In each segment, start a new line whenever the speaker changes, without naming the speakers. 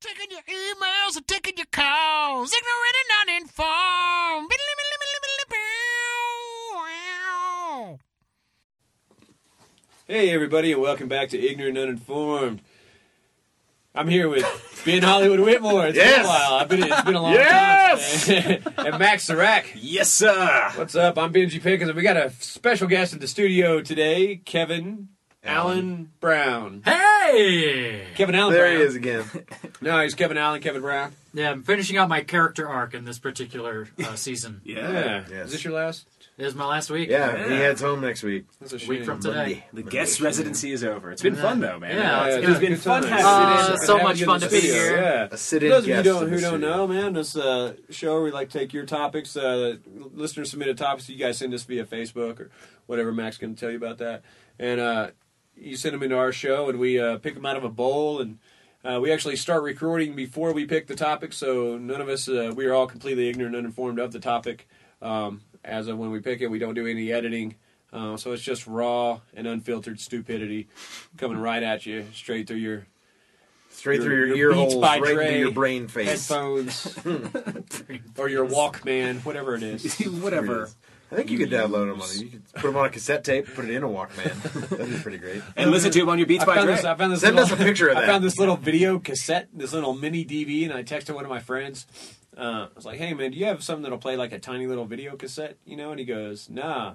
Taking your emails and taking your calls. Ignorant and uninformed.
Hey, everybody, and welcome back to Ignorant Uninformed. I'm here with Ben Hollywood Whitmore. It's been
Yes.
a while. I've been, it's been a long
Yes.
time. and Max Serac.
Yes, sir.
What's up? I'm Benji Pickens, and we got a special guest in the studio today, Kevin Allen, Brown.
Hey!
Kevin Allen
There
Brown.
he is again.
No, he's Kevin Allen, Kevin Brown.
Yeah, I'm finishing out my character arc in this particular uh, season.
Yeah.
Yes.
Is this your last?
It is my last week.
Yeah, he heads home next week.
That's a
Week from today.
The guest residency is over. It's been fun though, man.
Yeah,
Yeah,
it's
it's
good.
been fun
times.
having
Uh,
you in-
so
having
much
you in
fun
the
to be
studio.
here.
Yeah.
A sit-in
those of you
guest
don't,
in the
who don't
studio.
know, man, this uh, show we like to take your topics. Uh, listeners submitted topics. You guys send us via Facebook or whatever. Max can tell you about that. And uh, you send them into our show, and we uh, pick them out of a bowl. And uh, we actually start recording before we pick the topic, so none of us uh, we are all completely ignorant, and uninformed of the topic. Um, as of when we pick it, we don't do any editing. Uh, so it's just raw and unfiltered stupidity coming right at you, straight through your
Straight through
Your-
your,
your
ear
Beats
holes,
by
right
Dre
into your brain face. I
headphones or your Walkman, whatever it is.
Whatever.
think you could download them on. You could put them on a cassette tape, put it in a Walkman. That'd be pretty great.
And listen to him on your Beats
I
by
found
Dre.
this. uh, I found this.
Send
Little,
us a picture of
I
that.
found this little video cassette, this little mini DV, and I texted one of my friends. Uh, I was like, "Hey man, do you have something that'll play like a tiny little video cassette?" You know, and he goes, "Nah."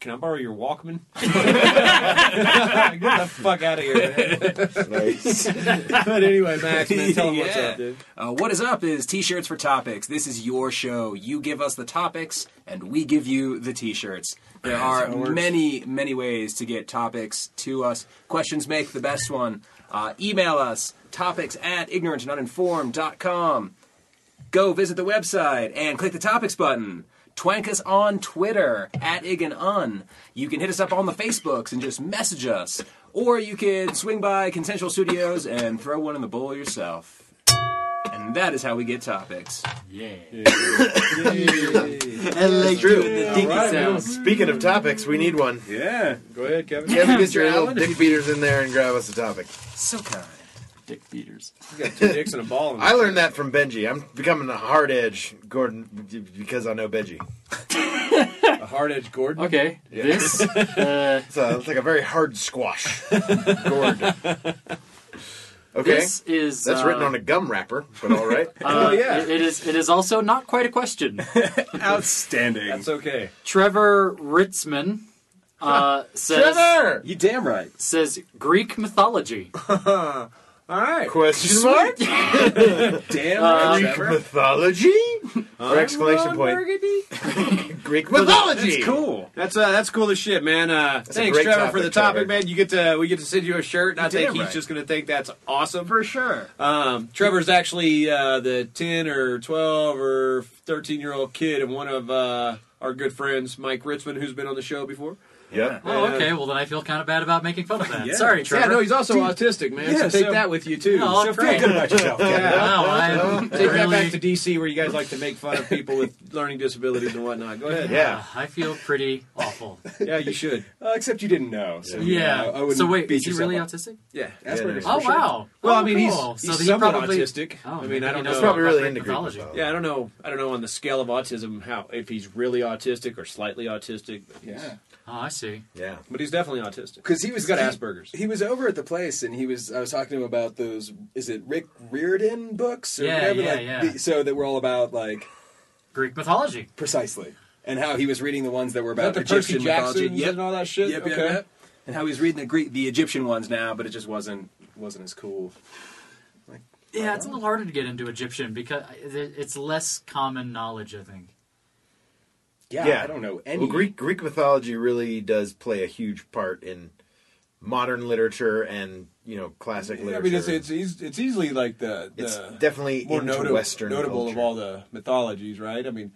Can I borrow your Walkman? Like, Get the fuck out of here! man."
Nice.
but anyway, Max, man, tell him what's
Yeah.
up, dude.
Uh, what is up is t-shirts for topics. This is your show. You give us the topics, and we give you the t-shirts. There are many, many ways to get topics to us. Questions make the best one. Uh, email us topics at ignorantanduninformed.com. Go visit the website and click the topics button. Twank us on Twitter at ig and un. You can hit us up on the Facebooks and just message us. Or you could swing by Consensual Studios and throw one in the bowl yourself. And that is how we get topics.
Yeah.
That's true.
The dinky
Alright,
sounds.
Speaking of topics, we need one.
Yeah.
Go ahead, Kevin.
Kevin, get your little
Alan,
dick beaters in there and grab us a topic.
So kind.
Dick beaters.
You got two dicks and a ball. in
I learned that from Benji. I'm becoming a hard edge Gordon because I know Benji.
a hard-edged Gordon.
Okay.
Yeah.
This. Uh,
It's, a, it's like a very hard squash. Gourd. Okay.
This is.
That's
uh,
written on a gum wrapper, but all right.
Uh,
Oh, yeah.
it- it is. It is also not quite a question.
Outstanding.
That's okay.
Trevor Ritzman uh, says
Trevor!
you damn right.
says Greek mythology.
All right.
Question mark?
Damn right,
Greek mythology? or exclamation point. Greek mythology!
Cool.
That's uh, that's cool as shit, man. Uh,
a
thanks,
great
Trevor, for
topic,
the topic,
Trevor.
man. You get to we get to send you a shirt, and I think
damn
he's
right.
just gonna think that's awesome.
For sure.
Um, Trevor's actually uh, the ten or twelve or thirteen year old kid of one of uh, our good friends, Mike Ritzman, who's been on the show before.
Yep.
Oh, okay. Well, then I feel kind of bad about making fun of that.
Yeah.
Sorry,
Yeah,
Trevor.
no, he's also autistic, man.
yeah,
so take
so-
that with you too.
No,
So-
I'm great.
about yourself.
yeah.
Wow, I'm
Take that
really-
back to DC, where you guys like to make fun of people with learning disabilities and whatnot. Go ahead.
Yeah.
I feel pretty awful.
yeah, you should.
Uh, except you didn't know. So, you
Yeah.
know, I wouldn't
so wait,
beat
is he
yourself
really
up.
autistic?
Yeah.
That's what it is.
Yeah.
Oh
for sure.
wow.
Well,
oh,
I mean,
cool.
he's,
so
he's
he
somewhat
probably,
autistic.
Oh,
I mean,
maybe
I
he
don't
knows
know.
He's probably
about
really
Greek
into Greek
mythology.
mythology.
Yeah, I don't know. I don't know on the scale of autism how if he's really autistic or slightly autistic. But he's,
Yeah.
Oh, I see.
Yeah.
but he's definitely autistic.
Because he was
he's got
he-
Asperger's.
He was over at the place, and he was. I was talking to him about those. Is it Rick Riordan books? Or
Yeah,
whatever,
yeah,
like,
yeah.
the- so that were all about like
Greek mythology.
precisely, and how he was reading the ones that were
Is that
about
the Percy
Egyptian mythology.
Jacksons
Yep.
and all that shit?
Yep,
okay.
yep, yep.
And how he's reading the Greek, the Egyptian ones now, but it just wasn't wasn't as cool.
Yeah, it's a little harder to get into Egyptian because I- it- it's less common knowledge, I think.
Yeah,
Yeah.
I don't know any
Well, Greek Greek mythology really does play a huge part in modern literature and you know classic
I
literature.
mean, it's, it's eas- it's easily like the, the
It's definitely
more
into
notable,
Western
notable of
culture.
all the mythologies, right? I mean,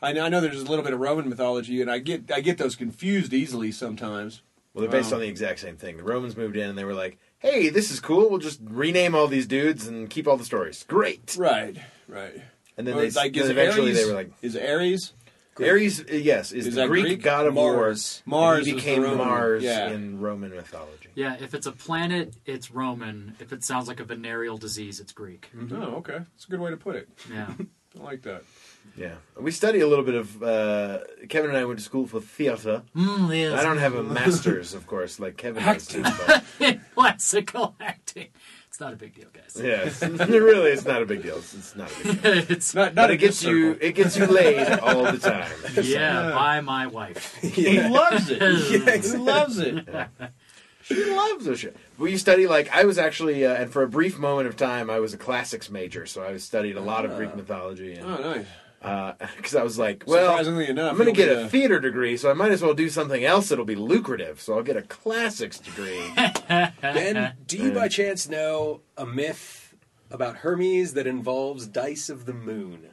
I know, I know there's a little bit of Roman mythology, and I get I get those confused easily sometimes.
Well, they're based
Wow.
on the exact same thing. The Romans moved in and they were like, "Hey, this is cool. We'll just rename all these dudes and keep all the stories. Great."
Right, right.
And then
Or
they
it's like,
then
is
eventually
Ares-
they were like,
"Is Ares
Ares, uh, yes, is,
Is
the
that
Greek,
Greek?
god of
Mars.
war.
Mars
and he
is the
became
Roman,
Mars
yeah.
in Roman mythology.
Yeah, if it's a planet, it's Roman. If it sounds like a venereal disease, it's Greek.
Mm-hmm.
Oh, okay. That's a good way to put it.
Yeah.
I like that.
Yeah, we study a little bit of. Uh, Kevin and I went to school for theater.
mm, yes.
I don't have a master's, of course, like Kevin has. done, but-
classical acting. It's not a big deal, guys.
Yeah, it's, really, it's not a big deal. It's, it's not a big deal.
it's
Not, not
But
a
it gets you, it gets you laid all the time.
yeah, by my wife.
He loves it. He loves it.
She loves those shit. But you study like I was actually, uh, and for a brief moment of time, I was a classics major, so I studied a lot of Greek mythology,
Oh,
and
nice.
because Uh, I was like, well,
Surprisingly enough,
I'm going to
you'll
get
be
a
a-
theater degree, so I might as well do something else that'll be lucrative. So I'll get a classics degree.
Ben, do you by chance know a myth about Hermes that involves dice of the moon?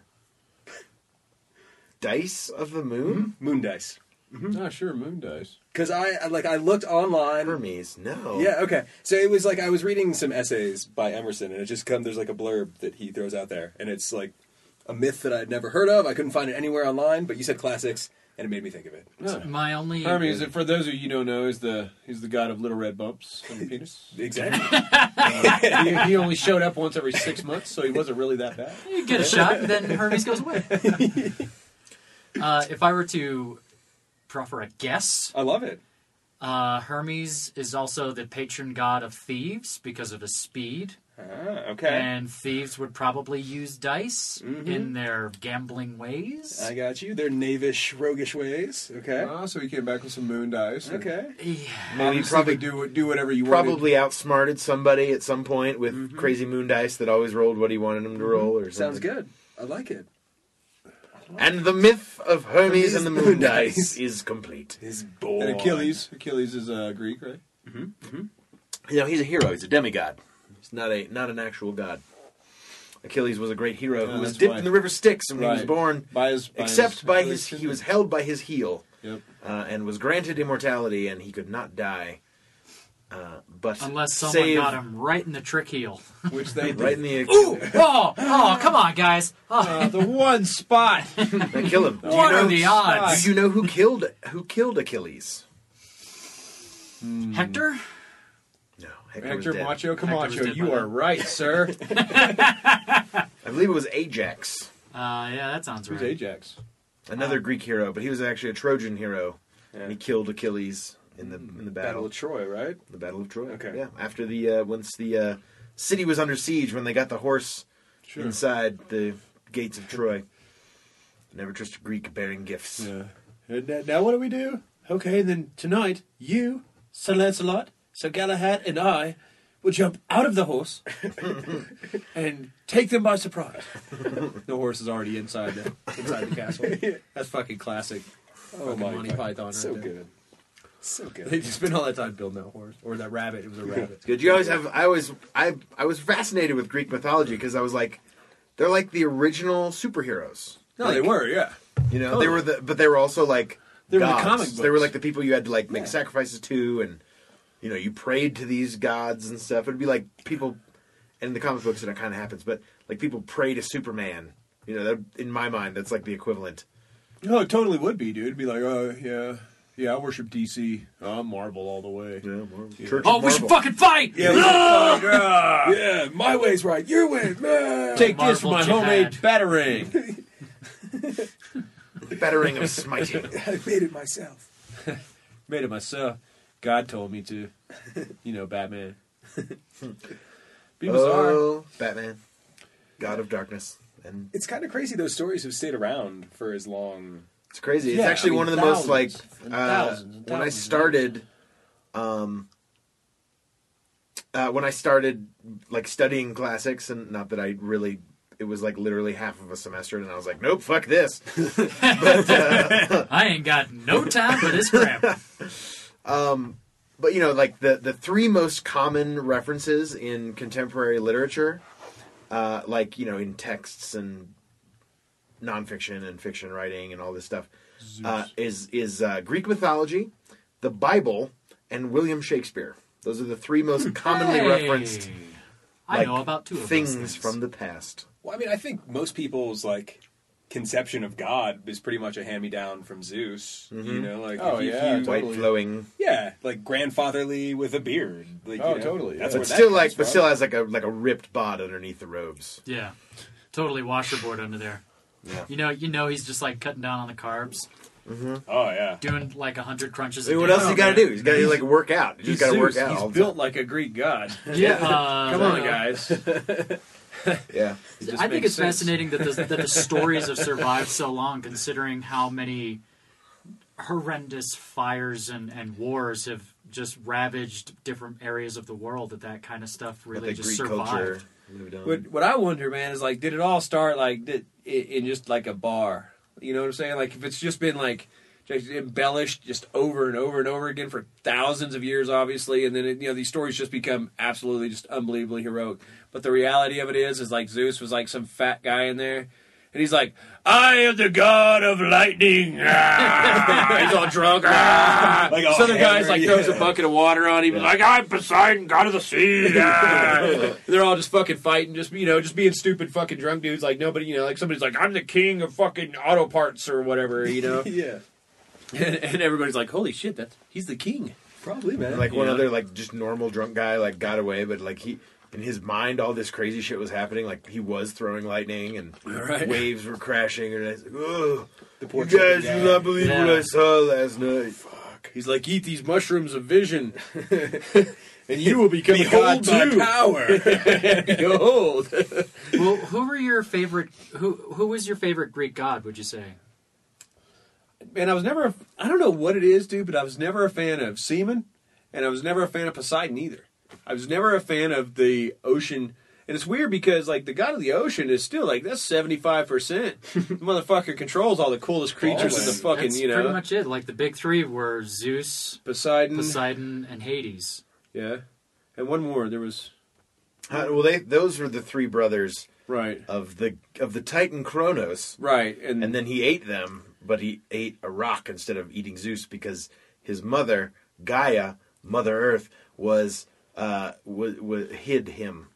Dice of the Moon,
Moon dice.
Hmm.
Oh, sure. Moon dice.
Because I I- like I looked online.
Hermes, no,
Hmm? Yeah, okay. So it was like I was reading some essays by Emerson, and it just come there's like a blurb that he throws out there, and it's like a myth that I'd never heard of. I couldn't find it anywhere online, but you said classics, and it made me think of it.
Oh.
My only
Hermes, for those of you who don't know, is the he's the god of little red bumps on the penis.
Exactly.
he, he only showed up once every six months, so he wasn't really that bad.
You get a shot, and then Hermes goes away. uh, if I were to proffer a guess,
I love it.
uh, Hermes is also the patron god of thieves because of his speed,
Ah, okay.
and thieves would probably use dice
Mm-hmm.
in their gambling ways.
I got you. They're knavish, roguish ways. Okay.
Oh, so he came back with some moon dice. and
Okay.
yeah,
Maybe
obviously
probably-
could do do whatever you wanted.
Probably outsmarted somebody at some point with crazy moon dice that always rolled what he wanted him to roll, or
Sounds
something.
good. I like it.
And the myth of Hermes,
Hermes
and the
moon
moon
dice.
dice is complete.
His boy.
And Achilles. Achilles is uh, Greek, right?
You know, he's a hero. He's a demigod. He's not a not an actual god. Achilles was a great hero
Yeah,
who was
that's
dipped
why.
in the river Styx when he was
Right.
born,
By his by
except
his,
by his he was held by his heel
Yep.
uh, and was granted immortality, and he could not die. Uh, but
unless someone
save
got him right in the trick heel.
Which they
right in
did.
the
Ooh, oh, oh, come on, guys. Oh,
Uh, the one spot.
they kill him. Do you
what
know-
are the odds?
Do you know who killed who killed Achilles?
Hector?
No, Hector, was
Hector
dead.
Macho
was
Camacho,
dead by
you are
then.
right, sir.
I believe it was Ajax,
Uh, yeah, that sounds
Who's
right.
Ajax?
another Greek hero, but he was actually a Trojan hero, and he
Yeah.
killed Achilles in the in
Battle
the battle.
of Troy, right?
The Battle of Troy.
Okay.
Yeah. After the uh, once the uh, city was under siege, when they got the horse
Sure.
inside the gates of Troy. Never trust a Greek bearing gifts.
Yeah. And now- now what do we do? Okay, then tonight you, Sir Lancelot, Sir Galahad, and I will jump out of the horse and take them by surprise. the horse is already inside the inside the castle. That's fucking classic.
Oh
Fucking Monty
God.
Python
So
right there.
good. So good.
They just spend all that time building that horse or that rabbit. It was a rabbit.
Good. You always have. I always. I. I was fascinated with Greek mythology because I was like, they're like the original superheroes.
No, they were. Yeah.
You know,
Totally.
they were the, but they were also
Oh.
like
They were the
gods.
comic
They were
books.
like the people you had to like make sacrifices to, and you know, you prayed to these gods and stuff. It'd be like people, and in the comic books, it kind of happens, but like people pray to Superman. You know, that, in my mind, that's like the equivalent.
No, it totally would be, dude. It'd be like, oh yeah, yeah. I worship DC. Oh, I'm Marvel all the way.
You know, Marvel. Church of
Oh, we should
Marvel.
fucking fight!
Yeah, we- Ah!
Yeah, my way's right, your way, man.
Take
Marvel
this for my
jihad.
homemade batarang.
battering of smiting.
I made it myself.
Made it myself. God told me to. You know, Batman. Be bizarre.
oh, Batman, God of Darkness, and
It's kind of crazy those stories have stayed around for as long.
It's crazy.
Yeah,
it's actually
I mean,
one of the most
thousands
like
and
uh,
thousands and
when I
thousands.
started, um, uh, when I started like studying classics, and not that I really, it was like literally half of a semester, and I was like, nope, fuck this.
I ain't got no time for this crap.
but you know, like the the three most common references in contemporary literature, uh, like you know, in texts and nonfiction and fiction writing and all this stuff, uh, is is uh, Greek mythology, the Bible, and William Shakespeare. Those are the three most commonly
Hey.
referenced
I
like,
know about two of those
things,
things
from the past.
Well, I mean, I think most people's like conception of God is pretty much a hand me down from Zeus. You know, like
Oh,
if you-
yeah,
you-
totally.
White flowing.
yeah, like grandfatherly with a beard. Like,
Oh,
you know,
totally, yeah.
That's
But
where
But
that
still,
comes
like, but
from.
still has like a like a ripped bod underneath the robes.
Yeah, totally washerboard under there.
Yeah.
You know, you know, he's just like cutting down on the carbs,
Oh yeah.
doing like hundred crunches.
I
A
mean, what
day.
else you got to do? He's got to like work out. You
He's
just got to work
Zeus.
out.
He's
all the
built like a Greek god.
Yeah, uh,
Come on, guys.
time. Yeah.
I think it's fascinating that the, that the stories have survived so long, considering how many horrendous fires and, and wars have just ravaged different areas of the world. That that kind of stuff
But
really
the Greek
just survived.
culture moved on.
What, what I wonder, man, is like, did it all start like did, in, in just like a bar? You know what I'm saying? Like, if it's just been like just embellished just over and over and over again for thousands of years, obviously, and then it, you know these stories just become absolutely just unbelievably heroic. But the reality of it is, is like Zeus was like some fat guy in there. And he's like, I am the god of lightning. Ah! he's all drunk. Ah!
Like all
Southern guy's
hammered,
like throws a
yeah.
bucket of water on him. Like I'm Poseidon, god of the sea. Ah! They're all just fucking fighting, just you know, just being stupid fucking drunk dudes. Like nobody, you know, like somebody's like, I'm the king of fucking auto parts or whatever, you know.
yeah.
and, and everybody's like, holy shit, that's he's the king.
Probably man.
And like one
Yeah.
other like just normal drunk guy like got away, but like he in his mind all this crazy shit was happening. Like he was throwing lightning and
Right.
waves were crashing, and it's like, oh,
the
you
poor
guys
guy.
do not believe what
Yeah.
I saw last night.
He's like, eat these mushrooms of vision, and you will become
Behold
a god
my
too.
power.
Behold.
Well, who were your favorite? Who who was your favorite Greek god? Would you say?
and I was never, I don't know what it is, dude, but I was never a fan of semen, and I was never a fan of Poseidon either. I was never a fan of the ocean. And it's weird because, like, the god of the ocean is still, like, that's 75%. the motherfucker controls all the coolest creatures in the
Always.
fucking,
That's
you know,
pretty much it. Like the big three were Zeus,
Poseidon.
Poseidon, and Hades.
Yeah. And one more, there was,
Uh, well, they those were the three brothers
right.
of the of the Titan Kronos,
Right. And,
and then he ate them, but he ate a rock instead of eating Zeus because his mother Gaia, Mother Earth, was uh was, was hid him.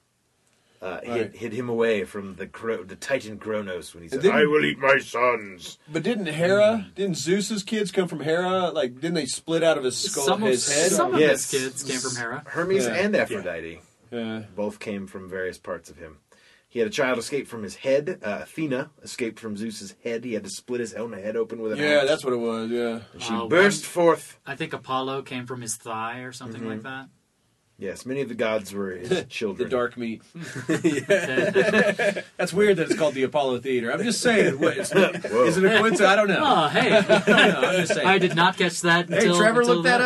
Uh,
Right.
hid, hid him away from the Kro- the Titan Kronos when he said,
didn't-
"I will eat my sons."
but didn't Hera, didn't Zeus's kids come from Hera? Like, didn't they split out of his skull,
Some
his
of
head?
some of
Yes.
his kids came from Hera.
Hermes
Yeah.
and Aphrodite
yeah.
both came from various parts of him. He had a child escape from his head. Uh, Athena escaped from Zeus's head. He had to split his own head open with an
yeah,
axe.
that's what it was, yeah.
She
Uh,
burst forth.
I think Apollo came from his thigh or something like
Mm-hmm.
that.
Yes, many of the gods were his
The
children.
dark meat. That's weird that it's called the Apollo Theater. I'm just saying. What, it's,
Whoa.
is it a coincidence? I don't know.
Oh, hey.
I don't know, I'm just saying.
I did not catch that.
hey,
until,
Trevor,
until
look that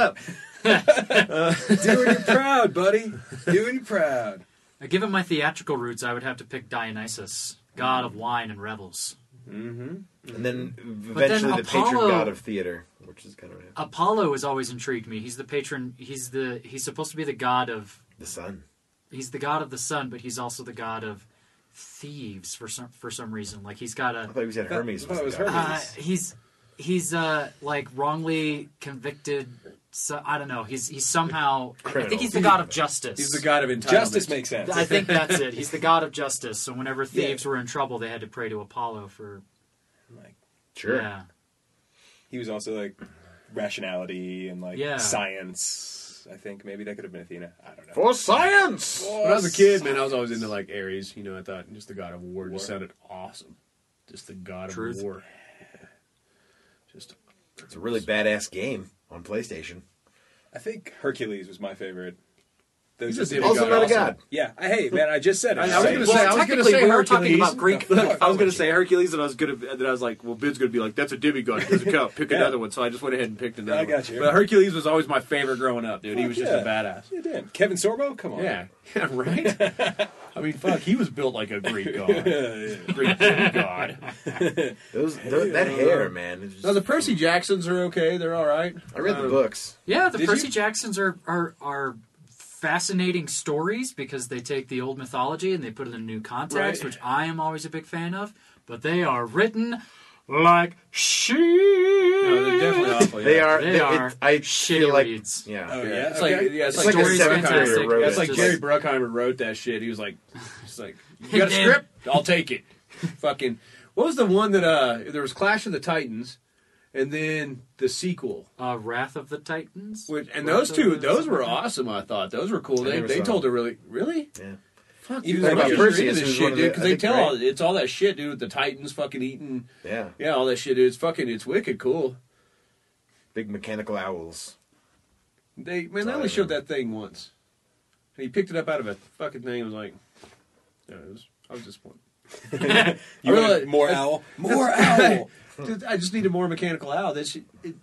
now.
up.
Doing you proud, buddy. Doing you proud.
Uh, Given my theatrical roots, I would have to pick Dionysus, god of wine and revels.
And then eventually the patron
Apollo-
god of theater, which is kind of
Apollo has always intrigued me. He's the patron. He's the. He's supposed to be the god of.
the sun.
He's the god of the sun, but he's also the god of thieves for some for some reason. Like he's got
I
a.
thought you said Hermes.
I thought it was
the god.
Hermes.
Uh, he's he's uh like wrongly convicted. So I don't know. He's he's somehow. I
Criminal.
think he's the god of justice.
He's the god of entitlement.
Justice makes sense.
I think that's it. He's the god of justice. So whenever thieves were in trouble, they had to pray to Apollo for
Like,
Sure.
yeah.
he was also like rationality and like
Yeah.
science. I think maybe that could have been Athena. I don't know.
For science!
When I was a kid, man, I was always into like Aries. You know, I thought just the god of war, just
War.
sounded awesome. Just the god
Truth.
of war. Just
It's a really badass game on PlayStation.
I think Hercules was my favorite. Those
He's a
are the-
demigod.
Also not a
also.
god.
Yeah. I, hey man, I just said it.
I, I was gonna
Science.
say.
Well,
I was gonna
technically,
say
we were
Hercules.
talking about Greek
Look, I was gonna
mythology.
say Hercules, and I was gonna that I was like, well, Bid's gonna be like, that's a demigod. It doesn't count. Pick
Yeah.
another one. So I just went ahead and picked another.
I got
one.
you.
But Hercules was always my favorite growing up, dude. he
Fuck
was just
yeah.
a badass.
Yeah, damn. Kevin Sorbo? Come on.
Yeah, yeah, right. I mean, fuck, he was built like a Greek god. Greek god.
Those, tho- that hair, man. is just-
No, the Percy Jacksons are okay. They're all right.
I read the books.
Yeah, the
Did
Percy
you?
Jacksons are, are are fascinating stories because they take the old mythology and they put it in new
Right.
context, which I am always a big fan of. But they are written like shit.
No, they're definitely awful. oh, Yeah.
They are.
They
it-
are
I
shitty
feel like,
reads.
Yeah.
Oh,
Yeah,
yeah.
it's
okay.
like yeah, it's,
The
like,
like
story's
a seventh
fantastic.
grader wrote
yeah,
it.
it's like
Just-
Jerry Bruckheimer wrote that shit. He was like, he's like, you got a
Damn.
script? I'll take it. Fucking What was the one that uh there was Clash of the Titans, and then the sequel.
Uh, Wrath of the Titans.
Which, and
Wrath
those
of
two,
the-
those were awesome. I thought those were cool. They
never
they
saw
told
it.
a really really
Yeah.
fuck
Even
dude.
like
Like
my
Perseus
Perseus
this
was
shit,
one of
dude.
the-
Because
I
they
think,
tell
right?
all it's all that shit, dude. With the Titans fucking eating,
Yeah.
yeah, all that shit, dude. It's fucking it's wicked cool.
Big mechanical owls.
They man, they
all
only
I
showed
remember.
that thing once. And he picked it up out of a fucking thing. and was like, there it is. I was disappointed.
You
Really?
wanted more owl, more owl.
Dude, I just needed more mechanical owl. That shit, it,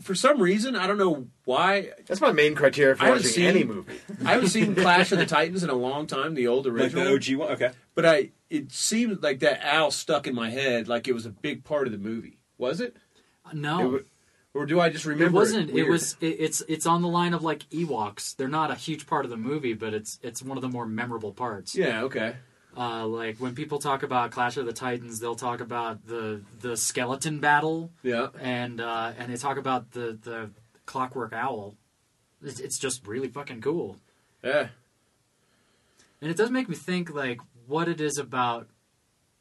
for some reason, I don't know why.
That's my main criteria for
I haven't
watching
seen-
any movie.
I haven't seen Clash of the Titans in a long time, the old
Like
original.
the OG one. Okay.
But I, it seemed like that owl stuck in my head, like it was a big part of the movie. Was it?
It
Uh, No,
wa-
it,
Or do I just remember?
wasn't. It,
weird?
was. It, it's it's on the line of like Ewoks. They're not a huge part of the movie, but it's it's one of the more memorable parts.
Yeah. Okay.
Uh, like when people talk about Clash of the Titans, they'll talk about the the skeleton battle,
Yeah.
and uh, and they talk about the the Clockwork Owl. It's, it's just really fucking cool,
Yeah.
and it does make me think like what it is about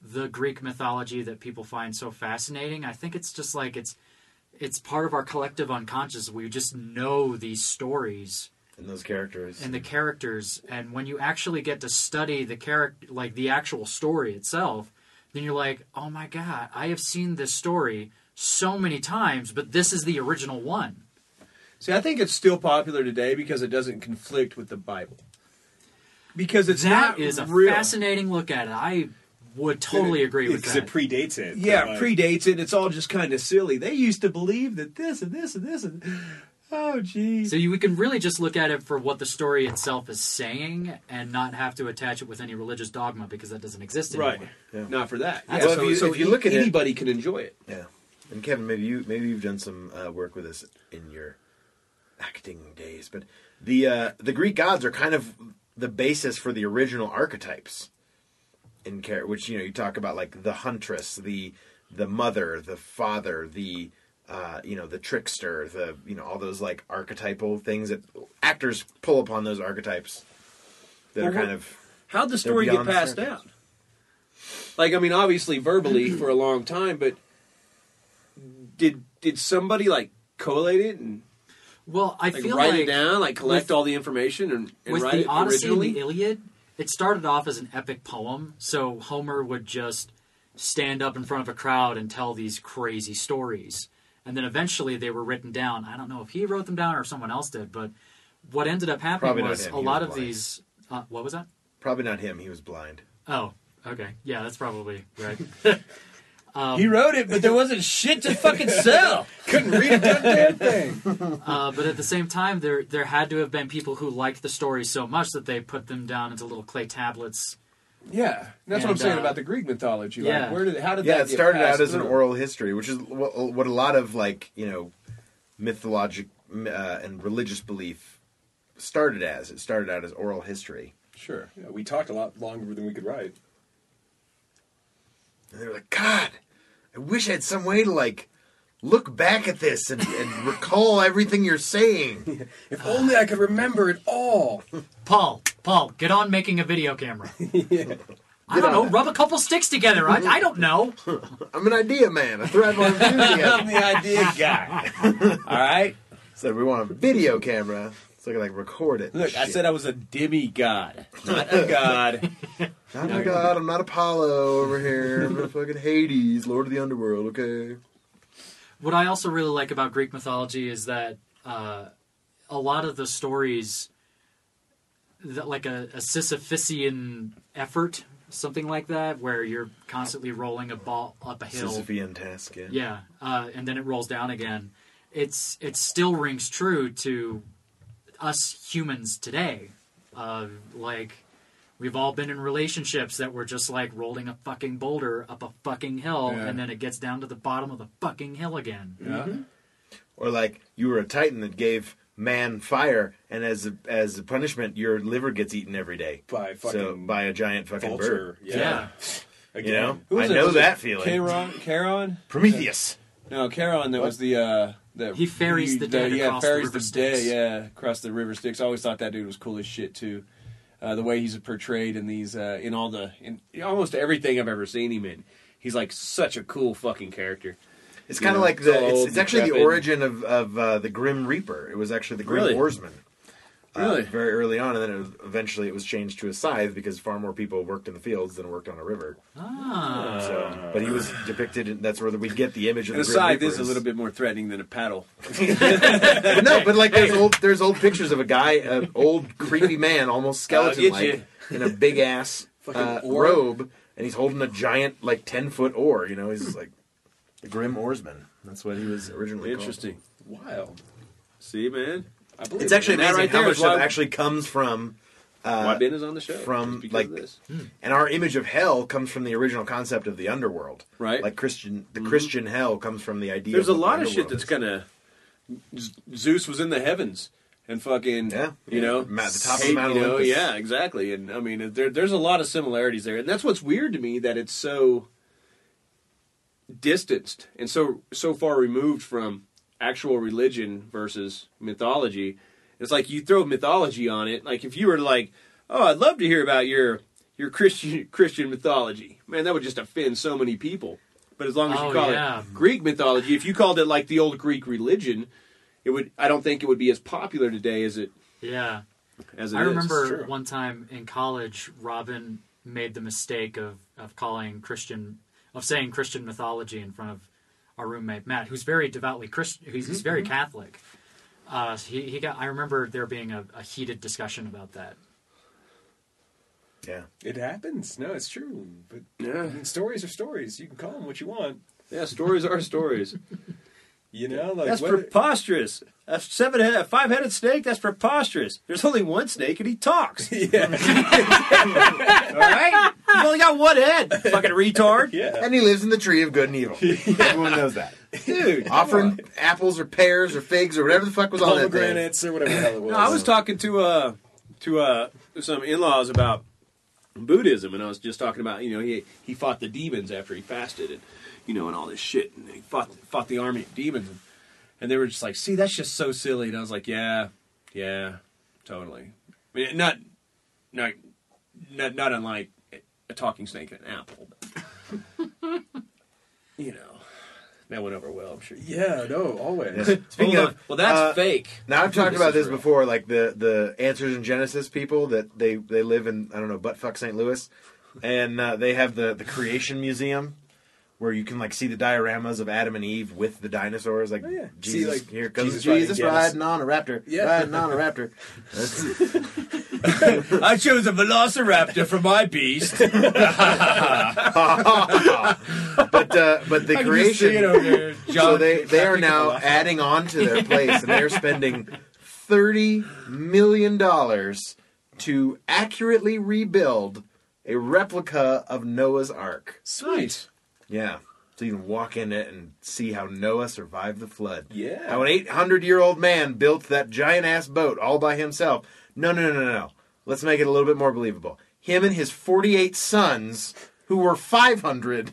the Greek mythology that people find so fascinating. I think it's just like it's it's part of our collective unconscious. We just know these stories
And those characters.
and the characters and when you actually get to study the character like the actual story itself then you're like oh my god i have seen this story so many times but this is the original one
See, I think it's still popular today because it doesn't conflict with the Bible. Because it's not
that is a
real.
fascinating look at it i would totally agree with
Because
that
it predates it.
Yeah,
but, like,
predates it. It's all just kind of silly. They used to believe that this and this and this and oh, geez.
so you, we can really just look at it for what the story itself is saying and not have to attach it with any religious dogma because that doesn't exist anymore
right?
Yeah.
Not for that.
Well, if you- if you look at it-
anybody can enjoy it.
Yeah. And Kevin, maybe you maybe you've done some uh, work with this in your acting days, but the uh, the Greek gods are kind of the basis for the original archetypes in care, which you know you talk about like the huntress, the the mother, the father, the uh, you know the trickster, the you know all those like archetypal things that actors pull upon those archetypes that are
Well,
kind of
How'd the story get
beyond the
passed
surface.
down? Like, I mean, obviously verbally for a long time, but did did somebody like collate it and
well i
like
feel
write
like
it down, like collect
with-
all the information and, and
with
write
the
it
Odyssey
originally?
and the Iliad, it started off as an epic poem. So Homer would just stand up in front of a crowd and tell these crazy stories. And then eventually they were written down. I don't know if he wrote them down or if someone else did, but what ended up happening
Probably not
was
him.
a
He
lot
was
of
blind.
these. Uh, what was that?
probably not him. He was blind.
Oh, okay. Yeah, that's probably right. Um,
he wrote it, but there wasn't shit to fucking sell.
couldn't read a goddamn thing.
Uh, but at the same time, there there had to have been people who liked the stories so much that they put them down into little clay tablets.
Yeah, that's what I'm
And,
saying
uh,
about the Greek mythology.
yeah.
Like, where did how did
yeah
that
it
get
started out
passed
as an
through?
oral history which is what, what a lot of like you know mythologic m- uh, and religious belief started as it started out as oral history
Sure. Yeah, we talked a lot longer than we could write.
and they were like god i wish i had some way to like look back at this and, and recall everything you're saying
If only I could remember it all.
Paul, Paul, get on making a video camera. I
Get
don't
on
know.
it.
Rub a couple sticks together. I, I don't know.
i'm an idea man i thrive
I'm
on enthusiasm
the idea guy.
All right,
so we want a video camera so i can like record it and
look, I
shit.
said I was a demigod, not a god.
oh my god i'm not apollo over here i'm a fucking hades lord of the underworld okay
What I also really like about Greek mythology is that uh, a lot of the stories, that like a, a Sisyphean effort, something like that, where you're constantly rolling a ball up a hill.
Sisyphean task yeah
Yeah, uh, and then it rolls down again. It's it still rings true to us humans today. Uh, like we've all been in relationships that were just like rolling a fucking boulder up a fucking hill,
Yeah.
and then it gets down to the bottom of the fucking hill again.
Yeah.
or like you were a titan that gave man fire and as a, as a punishment your liver gets eaten every day
By fucking
so by a giant fucking
vulture.
bird
Yeah.
Yeah.
Again.
you know
Who
i
was it?
know
Was it
that feeling
Charon, Charon.
prometheus
No, Charon. That was the uh, that
He ferries the dead
yeah,
across the
ferries
river
dead,
Styx.
yeah, across the river Styx. I always thought that dude was cool as shit too. Uh, the way he's portrayed in these, uh, in all the, in almost everything I've ever seen him in, He's like such a cool fucking character.
It's kind
Yeah.
of like the.
It's all
It's, it's actually the
decrepit.
origin of of uh, the Grim Reaper. It was actually the Grim
Really?
Oarsman. uh,
Really?
very early on, and then it was, eventually it was changed to a scythe because far more people worked in the fields than worked on a river.
Ah.
Oh,
So, but he was depicted, and that's where we get the image of
And
the
a
Grim
scythe
Reaper
is a little bit more threatening than a paddle.
But no, but like there's old there's old pictures of a guy, an old creepy man, almost
I'll
skeleton
get
like, in a big ass uh,
Fucking orb.
robe, and he's holding a giant like ten foot oar. You know, he's just like the grim oarsman. That's what he was originally. called.
Interesting.
Wild.
See, man,
I believe
It's
it.
actually
And that
amazing
right
how
there
much
is
stuff
why-
actually comes from.
why
Uh,
Ben is on the show
from,
It's because
like- hmm.
of this.
and our image of hell comes from the original concept of the underworld,
Right. Mm-hmm.
Like Christian, the Christian hell comes from the idea.
There's a
what the
lot of shit
underworld
that's
is.
kind of Zeus was in the heavens and fucking
Yeah.
you know
Ma- the top of
Satan,
Mount
you know,
Olympus.
yeah exactly and I mean there, there's a lot of similarities there and that's what's weird to me that it's so distanced and so so far removed from actual religion versus mythology. It's like you throw mythology on it. Like if you were like, "Oh, I'd love to hear about your your Christian Christian mythology," man, that would just offend so many people. But as long as
Oh,
you call
yeah.
it Greek mythology, if you called it like the old Greek religion, it would. I don't think it would be as popular today as it
Yeah.
as it
I
is.
remember
true.
one time in college, Robin made the mistake of, of calling Christian, of saying Christian mythology in front of our roommate Matt, who's very devoutly Christian, he's,
Mm-hmm,
he's very Catholic. Uh, he, he got. I remember there being a, a heated discussion about that.
yeah.
It happens. No, it's true. But I
Yeah,
mean, stories are stories. You can call them what you want.
yeah. Stories are stories.
You know, like
that's
whether-
preposterous. A seven, head, a five-headed snake. That's preposterous. There's only one snake, and he talks.
yeah,
All right, you've only got one head. Fucking retard,
yeah.
And he lives in the tree of good and evil. Everyone knows that.
dude.
Offering apples or pears or figs or whatever the fuck was on that thing.
Pomegranates or whatever the hell it was.
No, I was talking to uh to uh some in-laws about Buddhism, and I was just talking about you know he he fought the demons after he fasted, and you know and all this shit, and he fought fought the army of demons, and, and they were just like, see, that's just so silly, and I was like, yeah, yeah, totally, I mean, not not not not unlike a talking snake and an apple, but, you know, that went over well, I'm sure.
Yeah, no, always.
Hold
Speaking of,
on. well, that's
uh,
fake.
Now I've talked
This
about
is
this
real.
before, like the the answers in Genesis people that they they live in I don't know buttfuck St. Louis, and uh, they have the the creation museum where you can like see the dioramas of Adam and Eve with the dinosaurs. Like
Oh, yeah. See,
Jesus,
like,
here comes
Jesus
Jesus,
riding
riding,
Genesis.
on a raptor,
Yeah.
riding on a raptor. That's-
I chose a velociraptor for my beast.
but uh, but the
I can just see
creation.
it over there.
so
John
they, they are
Travolta.
now adding on to their place, and they're spending thirty million dollars to accurately rebuild a replica of Noah's Ark.
sweet.
Yeah, so you can walk in it and see how Noah survived the flood.
Yeah.
how an eight hundred year old man built that giant ass boat all by himself. No, no, no, no, no. Let's make it a little bit more believable. Him and his forty eight sons, who were five hundred,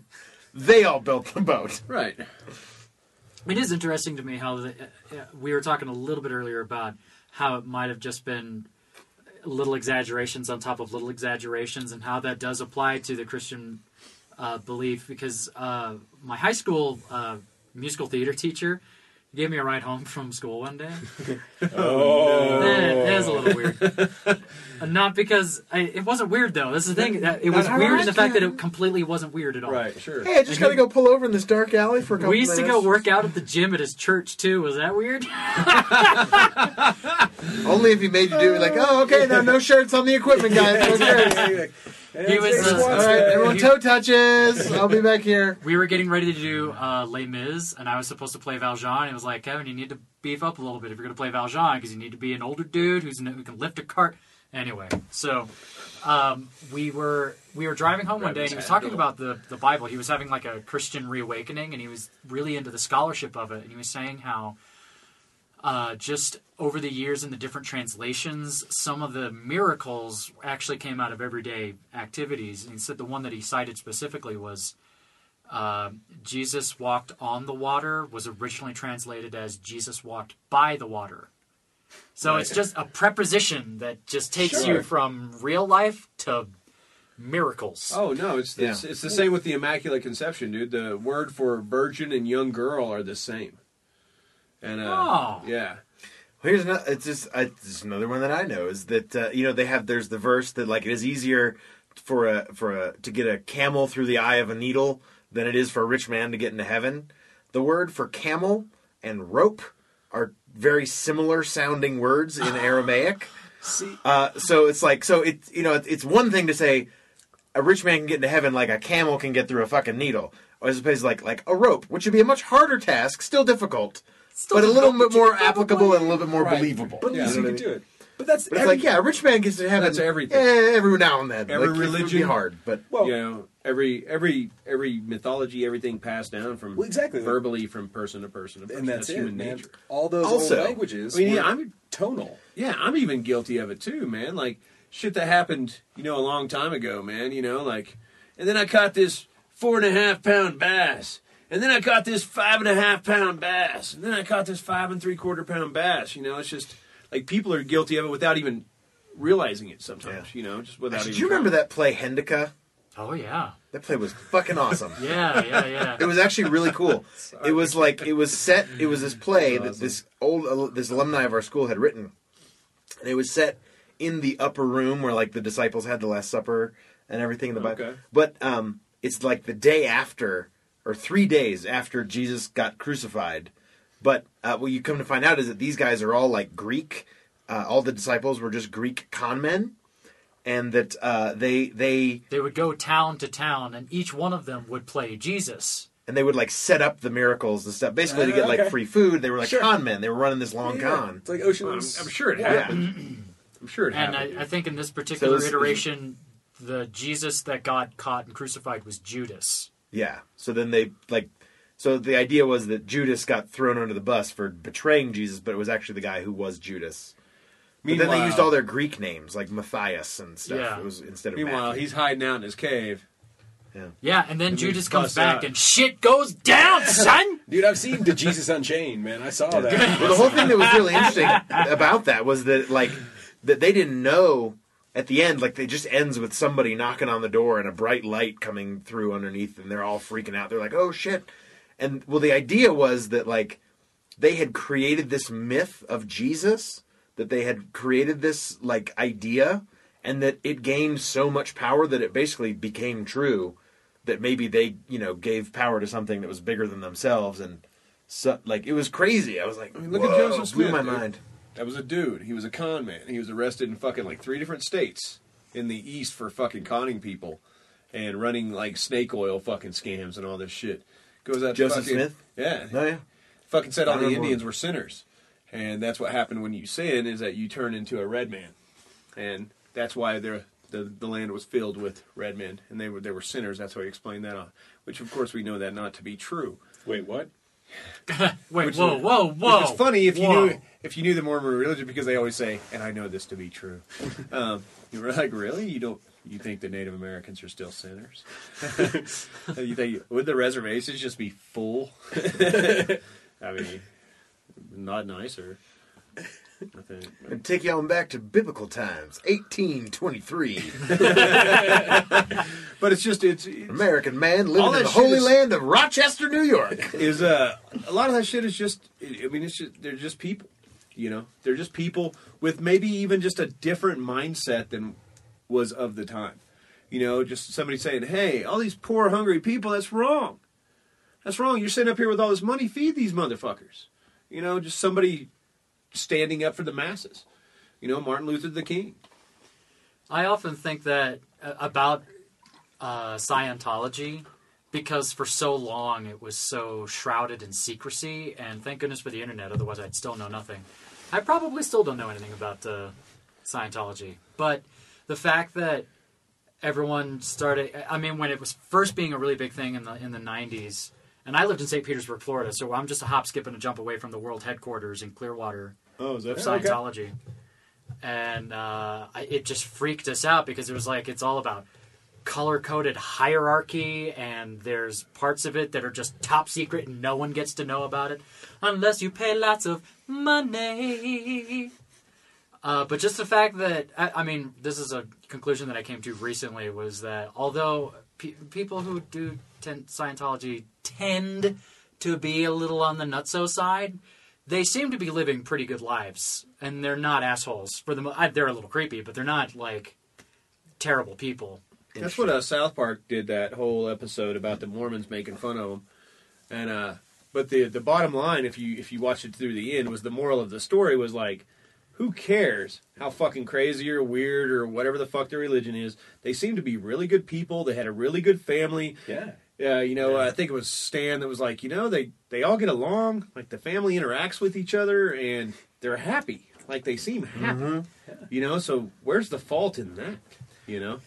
they all built the boat.
Right.
It is interesting to me how the, uh, uh, we were talking a little bit earlier about how it might have just been little exaggerations on top of little exaggerations, and how that does apply to the Christian uh, belief. Because uh, my high school uh, musical theater teacher gave me a ride home from school one day.
Oh,
That, that is a little weird. Uh, Not because I, it wasn't weird though. That's the thing. that- It was
Not
weird in the
ironic,
fact that
yeah.
it completely wasn't weird at all.
right, sure.
Hey, I just gotta go pull over in this dark alley for a couple
We used to go
minutes.
work out at the gym at his church too. Was that weird?
Only if he made you do it, like, oh, okay, now no shirts on the equipment, guys. No shirts.
he
was, uh,
All right, everyone toe touches. I'll be back here.
we were getting ready to do uh, Les Mis, and I was supposed to play Valjean. It was like, Kevin, you need to beef up a little bit if you're going to play Valjean, because you need to be an older dude who's who can lift a cart. Anyway, so um, we were we were driving home one day, and he was talking about the the Bible. He was having like a Christian reawakening, and he was really into the scholarship of it. And he was saying how uh, just over the years in the different translations, some of the miracles actually came out of everyday activities. And he said the one that he cited specifically was uh, Jesus walked on the water was originally translated as Jesus walked by the water. So it's just a preposition that just takes you
Sure.
from real life to miracles.
Oh no, it's
Yeah.
it's, it's the same with the Immaculate Conception, dude. The word for virgin and young girl are the same. And uh,
Oh.
yeah,
Here's another. It's just I, it's another one that I know is that uh, you know they have there's the verse that like it is easier for a for a to get a camel through the eye of a needle than it is for a rich man to get into heaven. The word for camel and rope are very similar sounding words in Aramaic.
See,
Uh, so it's like so it's you know it, it's one thing to say a rich man can get into heaven like a camel can get through a fucking needle, as opposed to like like a rope, which would be a much harder task, still difficult, but a little bit more applicable and a little bit more
Right.
believable.
But at
Yeah.
least
You
you
know
can do it. But that's
But it's
every-
like, yeah, a rich man gets to heaven.
That's everything.
eh, every now and then.
Every
Like, it would be
religion.
hard, but
Well,
you know every every every mythology, everything passed down from
Well, exactly.
verbally from person to person. To person.
and that's, it,
human
man.
nature.
All those
Also-
old languages.
I mean, yeah,
were
I'm-
tonal.
Yeah, I'm even guilty of it too, man. Like shit that happened, you know, a long time ago, man. You know, like, and then I caught this four and a half pound bass, and then I caught this five and a half pound bass, and then I caught this five and three quarter pound bass. You know, it's just like people are guilty of it without even realizing it sometimes. You know, just without.
did
even
you remember
trying.
that play Hendica?
Oh, yeah.
That play was fucking awesome.
Yeah, yeah, yeah.
It was actually really cool. it was like it was set. It was this play that this old uh, this alumni of our school had written, and it was set in the upper room where like the disciples had the Last Supper and everything in the Bible.
Okay.
But um, it's like the day after or three days after Jesus got crucified. But uh, what you come to find out is that these guys are all like Greek. Uh, all the disciples were just Greek con men, and that uh, they they
They would go town to town, and each one of them would play Jesus.
and they would like set up the miracles and stuff basically to
Uh,
get like
okay.
free food they were like
Sure.
con men they were running this long
Yeah,
con
It's like ocean.
I'm, I'm sure it
yeah
happened. I'm sure it
And
happened.
I, I think in this particular
this-
iteration, the Jesus that got caught and crucified was Judas.
yeah so then they like so the idea was that judas got thrown under the bus for betraying jesus but it was actually the guy who was judas but then they used all their greek names like matthias and stuff
Yeah.
it was instead of
Meanwhile,
Matthew.
he's hiding out in his cave.
Yeah, and then
And they
Judas
bust
comes back
out.
and shit goes down, son!
Dude, I've seen The Jesus Unchained, man. I saw that.
Well, the whole thing that was really interesting about that was that like that they didn't know at the end like it just ends with somebody knocking on the door and a bright light coming through underneath and they're all freaking out they're like oh shit and well the idea was that like they had created this myth of jesus that they had created this like idea and that it gained so much power that it basically became true that maybe they you know gave power to something that was bigger than themselves and so, like it was crazy. I was like,
mean, look at
whoa,
Joseph
blew
Smith,
my
dude.
mind.
That was a dude. He was a con man. He was arrested in fucking like three different states in the east for fucking conning people and running like snake oil fucking scams and all this shit. Goes out to
Joseph
fucking,
Smith?
Yeah.
No, Oh, yeah,
Fucking said all the
Honorable.
Indians were sinners. And that's what happened when you sin is that you turn into a red man. And that's why they're the, the land was filled with red men, and they were they were sinners. That's why he explained that on, which of course we know that not to be true.
Wait, what?
Wait,
Which
whoa,
is-
whoa, whoa.
Which is funny if you
whoa.
knew if you knew the Mormon religion because they always say, "And I know this to be true." um, you were like, "Really? You don't? You think the Native Americans are still sinners? you think would the reservations just be full? I mean, not nicer." I think.
and take y'all back to biblical times, 1823.
But it's just it's, it's
American man
All
living
that
in the
shit
holy
is-
land of Rochester, New York.
is uh, a lot of that shit is just. I mean, it's just they're just people, you know. They're just people with maybe even just a different mindset than was of the time. You know, just somebody saying, "Hey, all these poor, hungry people. That's wrong. That's wrong. You're sitting up here with all this money. Feed these motherfuckers." You know, just somebody standing up for the masses. You know, Martin Luther the King.
I often think that uh, about uh, Scientology because for so long it was so shrouded in secrecy, and thank goodness for the internet, otherwise, I'd still know nothing. I probably still don't know anything about uh, Scientology, but the fact that everyone started i mean when it was first being a really big thing in the in the 90s and i lived in st petersburg florida so i'm just a hop skip and a jump away from the world headquarters in clearwater
Oh, is that
of Scientology, and uh, I, it just freaked us out because it was like it's all about color coded hierarchy, and there's parts of it that are just top secret and no one gets to know about it unless you pay lots of money. Uh, but just the fact that I, I mean, this is a conclusion that I came to recently was that although pe- people who do ten- Scientology tend to be a little on the nutso side, they seem to be living pretty good lives, and they're not assholes. For the mo- I, they're a little creepy, but they're not like terrible people.
That's what uh, South Park did that whole episode about the Mormons making fun of them, and uh, but the the bottom line, if you if you watch it through the end, was the moral of the story was like, who cares how fucking crazy or weird or whatever the fuck their religion is? They seem to be really good people. They had a really good family.
Yeah.
Yeah, you know, I think it was Stan that was like, you know, they they all get along, like the family interacts with each other, and they're happy, like they seem happy. You know, so where's the fault in that? You know,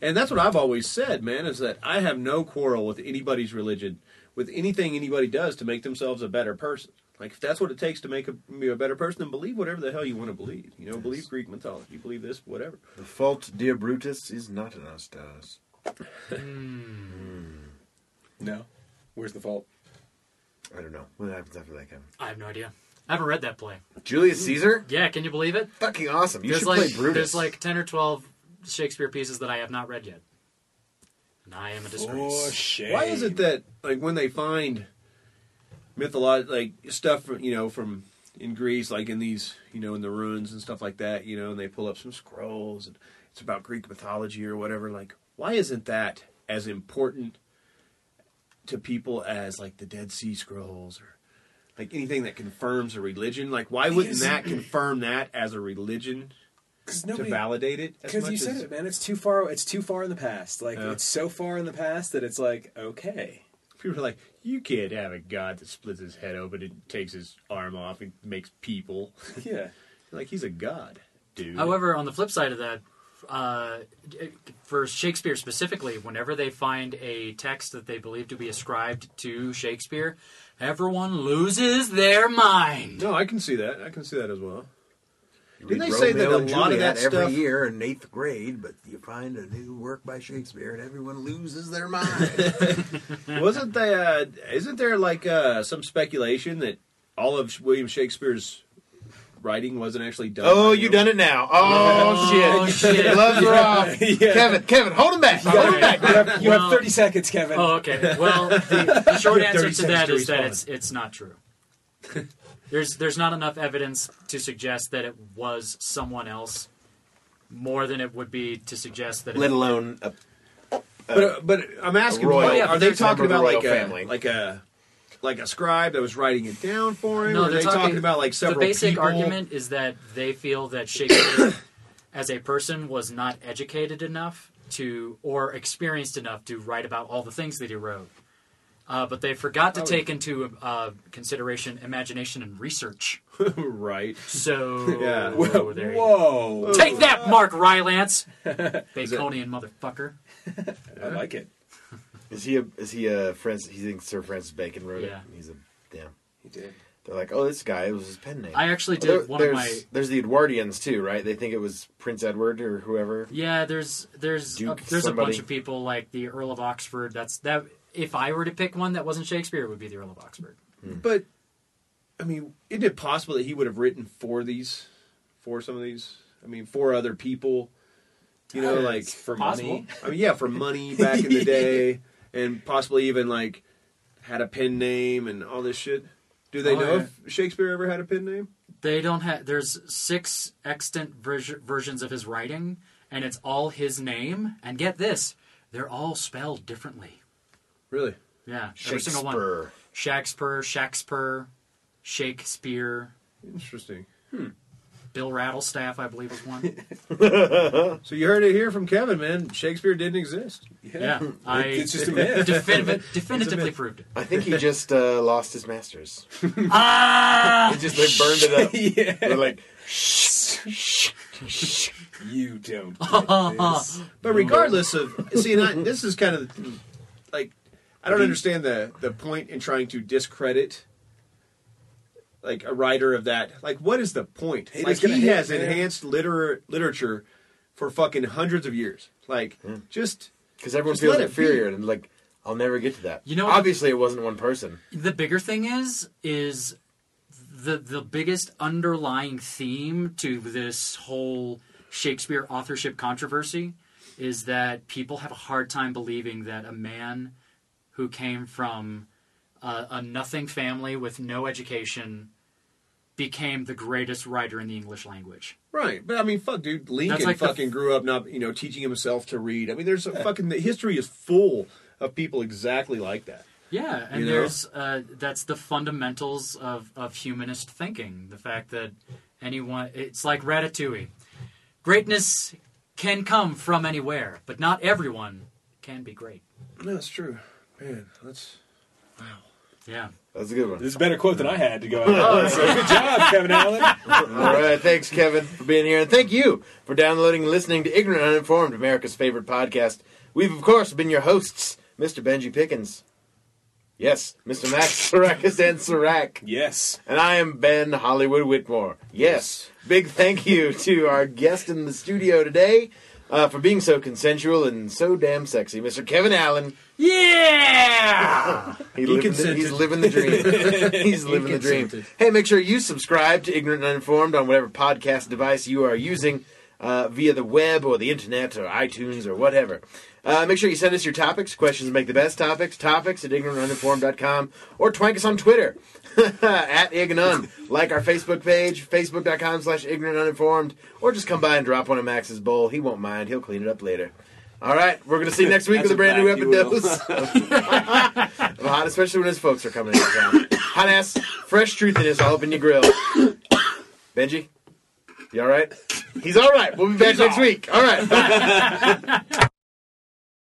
and that's what I've always said, man, is that I have no quarrel with anybody's religion, with anything anybody does to make themselves a better person. Like if that's what it takes to make a, you a better person, then believe whatever the hell you want to believe. You know, believe Greek mythology, believe this, whatever.
The fault, dear Brutus, is not in us, does.
No. Where's the fault?
I don't know. What happens after that, Kevin?
I have no idea. I haven't read that play.
Julius Caesar?
Yeah, can you believe it?
Fucking awesome. You
there's
should
like
play Brutus.
there's like ten or twelve Shakespeare pieces that I have not read yet, and I am a disgrace.
shit.
Why is it that like when they find mythological like stuff from you know from in Greece, like in these you know in the ruins and stuff like that, you know, and they pull up some scrolls and it's about Greek mythology or whatever. Like, why isn't that as important to people as like the Dead Sea Scrolls or like anything that confirms a religion? Like, why wouldn't
Because-
that confirm that as a religion
Because
to
nobody.
validate it? as
Because you
much
said
as-
it, man. It's too far. It's too far in the past. Like
Yeah.
it's so far in the past that it's like okay.
People are like, you can't have a god that splits his head open and takes his arm off and makes people.
Yeah.
like, he's a god, dude.
However, on the flip side of that, uh, for Shakespeare specifically, whenever they find a text that they believe to be ascribed to Shakespeare, everyone loses their mind.
no, I can see that. I can see that as well.
You
Didn't
read
they say that
Romeo
a
and
lot of that
Juliet every
stuff-
year in eighth grade, but you find a new work by Shakespeare and everyone loses their mind.
Wasn't there? Uh, isn't there like uh, some speculation that all of William Shakespeare's writing wasn't actually done?
oh, you done it now. Oh,
Oh,
shit.
shit.
Gloves are off.
Yeah.
Kevin, Kevin, hold him back. Hold him back.
You have, you have
Well-
30 seconds, Kevin.
Oh, okay. Well, the, the short
You have
answer
30
to
seconds
that
to
is that
respond.
it's it's not true. There's there's not enough evidence to suggest that it was someone else, more than it would be to suggest that.
Let
it,
alone a
But, uh, but I'm asking,
royal-
why- are they
there's a
talking
member of
about
the
like
royal
a,
family.
like a like a scribe that was writing it down for him?
No,
or are
they're
they talking,
talking-
about like several
the basic
people?
argument is that they feel that Shakespeare, as a person, was not educated enough to or experienced enough to write about all the things that he wrote. Uh, but they forgot to
Oh.
take into uh, consideration imagination and research.
right?
So
Yeah.
whoa, there you go.
Whoa.
Take that, Mark Rylance, Baconian motherfucker.
I like it.
Is he a is he a Francis? He thinks Sir Francis Bacon wrote
Yeah.
it. He's a damn.
He did.
They're like, oh, this guy. It was his pen name.
I actually did
There-
one of
there's,
my.
There's the Edwardians too, right? They think it was Prince Edward or whoever.
Yeah, there's there's
Duke
a, there's a
somebody.
bunch of people like the Earl of Oxford. That's that. If I were to pick one that wasn't Shakespeare, it would be the Earl of Oxford.
But I mean, isn't it possible that he would have written for these, for some of these? I mean, for other people, you know, like
It's for
possible.
money.
I mean, yeah, for money back in the day, and possibly even like had a pen name and all this shit. Do they
Oh,
know
yeah.
if Shakespeare ever had a pen name?
They don't have. There's six extant ver- versions of his writing, and it's all his name. And get this, they're all spelled differently.
Really?
Yeah, every single one.
Shakespeare.
Shakespeare, Shakespeare, Shakespeare.
Interesting.
Bill Rattlestaff, I believe, was one.
So you heard it here from Kevin, man. Shakespeare didn't exist.
Yeah, I
It's just a myth.
definitive, definitively proved it.
I think he just uh, lost his masters.
Ah!
He just they burned it up.
yeah.
They're like,
You don't. Get this.
But regardless of see, and I, this is kind of like I don't understand the the point in trying to discredit like a writer of that. Like, what is the point?
Haters
like,
gonna
he
hate,
has
man.
enhanced liter- literature for fucking hundreds of years. Like, just
because everyone
Just
feels
let it
inferior, and like, I'll never get to that.
You know-
obviously, it wasn't one person.
The bigger thing is, is the the biggest underlying theme to this whole Shakespeare authorship controversy is that people have a hard time believing that a man who came from a, a nothing family with no education became the greatest writer in the English language.
Right, but I mean, fuck, dude. Lincoln
That's like the-
fucking grew up not, you know, teaching himself to read. I mean, there's a fucking the history is full of people exactly like that.
Yeah, and
You know?
there's uh, that's the fundamentals of, of humanist thinking. The fact that anyone, it's like Ratatouille. Greatness can come from anywhere, but not everyone can be great.
No, it's true, man. That's
Yeah.
That's a good one.
This is a better quote than I had to go out. So good job, Kevin Allen.
All right, thanks, Kevin, for being here, and thank you for downloading and listening to Ignorant Uninformed, America's favorite podcast. We've, of course, been your hosts, Mr. Benji Pickens. Yes, Mr. Max Sarakis and Sarak.
Yes.
And I am Ben Hollywood Whitmore. Yes, big thank you to our guest in the studio today uh, for being so consensual and so damn sexy, Mr. Kevin Allen.
Yeah!
He living the,
consented.
he's living the dream. he's living the dream.
consented.
Hey, make sure you subscribe to Ignorant and Uninformed on whatever podcast device you are using uh, via the web or the internet or iTunes or whatever. Uh, make sure you send us your topics, questions make the best topics, topics at ignorantuninformed.com or twank us on Twitter at ignon. Like our Facebook page, facebook.com slash ignorant uninformed, or just come by and drop one of Max's bowl. He won't mind. He'll clean it up later. All right, we're going to see you next week with
That's
a brand
a
new
fact, you will.
episode. I'm hot, especially when his folks are coming into town. hot ass, fresh truth in his all up in your grill. Benji, you all right? He's all right. We'll be back next week. All right.